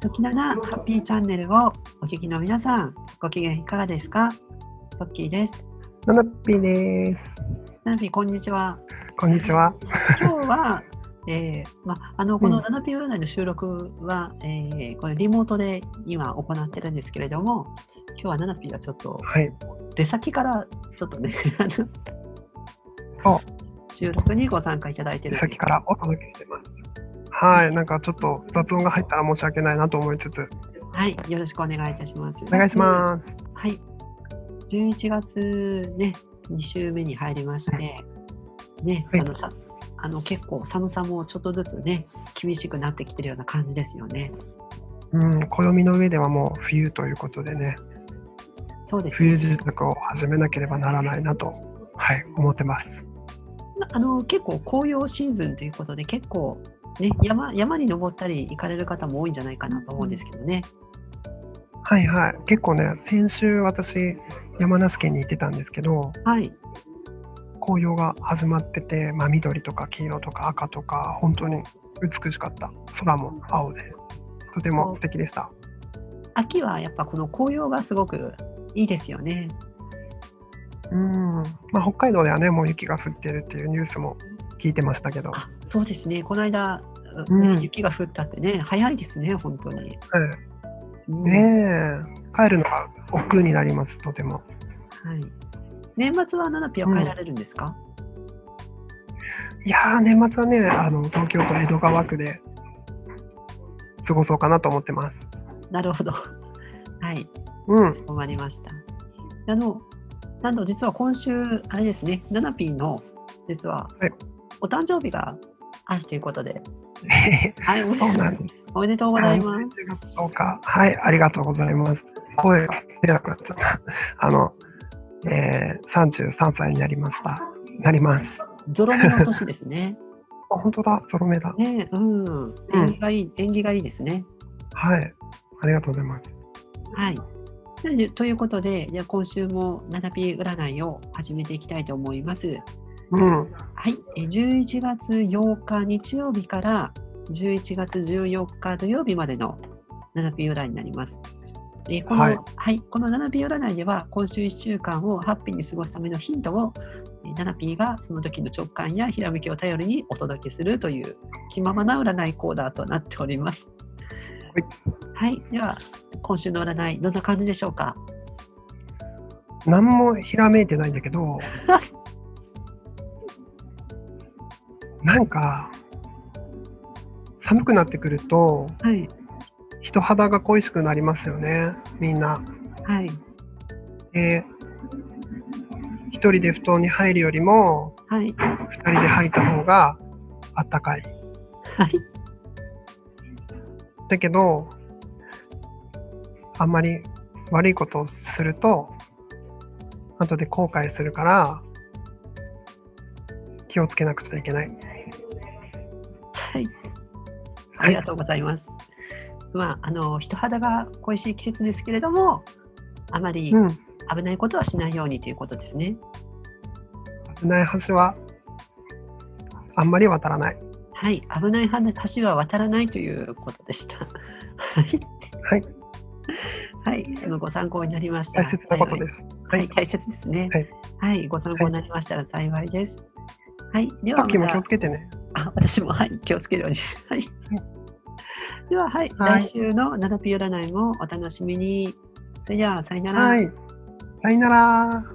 時ななハッピーチャンネルをお聞きの皆さん、ご機嫌いかがですかトッキーです。ナナピーです。ナナピー、こんにち は。こんにちは。今日は、えーま、あのこうのんナナピー占いの収録は、えーこれリモートで今行ってるんですけれども、今日はナナピーがちょっとはい。出先からちょっと ね、ああの 収録にご参加いただいてるんさっできからお届けしてます。はい。なんかちょっと雑音が入ったら申し訳ないなと思いつつ、はい、よろしくお願いいたします。お願いします。はい。11月ね、2週目に入りまして、ね、はいあのさ、あの結構寒さもちょっとずつね、厳しくなってきてるような感じですよね。うん、暦の上ではもう冬ということでね、そうですね。冬支度を始めなければならないなと、はい、思ってます。まあの結構紅葉シーズンということで、結構ね、山山に登ったり行かれる方も多いんじゃないかなと思うんですけどね。はいはい。結構ね、先週私、山梨県に行ってたんですけど、はい。紅葉が始まってて、まあ、緑とか黄色とか赤とか、本当に美しかった。空も青で、とても素敵でした。秋はやっぱこの紅葉がすごくいいですよね。うんまあ、北海道ではね、もう雪が降ってるっていうニュースも聞いてましたけど、あ、そうですね。この間、うん雪が降ったってね、早いですね、本当に。ううんん、ねえ、帰るのが億劫になります、とても。はい。年末はナナピは帰られるんですか。いやー、年末はね、あの東京都江戸川区で過ごそうかなと思ってます。なるほど。 はい、うん、 終わりました。あの、なんと実は今週あれですね、ナナピの実は、はいお誕生日があるということで、そはい、おめでうなんです。 おめでとうござはいい、ま11月10日はい、ありがとうございます。声が出なくなっちゃった。 あの、えー、33歳になりました。なります。あ、す。ゾロ目の年です ね。本当だ、ゾロ目だ。ね、うん、縁起がいい、縁起がいいですね。はい、ありがとうございます。はい。でということで、じゃあ今週もナナピ占いを始めていきたいと思います。うん。はい、えー11月8日日曜日から11月14日土曜日までの7ピ占いになります。えーこのははいい、この7ピ占いでは今週1週間をハッピーに過ごすためのヒントをえー7ピがその時の直感やひらめきを頼りにお届けするという気ままな占いコーナーとなっております。はい、では今週の占いどんな感じでしょうか。 何もひらめいてないんだけどなんか寒くなってくるとはい、人肌が恋しくなりますよねみんな。はい、で一人で布団に入るよりもはい、二人で入った方があったかい。はい、だけどあんまり悪いことをすると後で後悔するから気をつけなくちゃいけない。はい。あはりいが、とうございます。まあ、あの人肌が恋しい季節ですけれども、あまりうん、危ないことはしないようにということですね。危ない橋はあんまり渡らない。はい、危ない橋は渡らないということでした。はい、はい、はい、あのご参考になりました。大切なことです。は、はいはいい大切ですね。はい、はい、ご参考になりましたら幸いです。はい、でさはっきもま気たをつけてね。あ私もはい気をつけるようにしはい。でははい、はい来週のナナピ占いもお楽しみに。それではさよなら。はい、さよなら。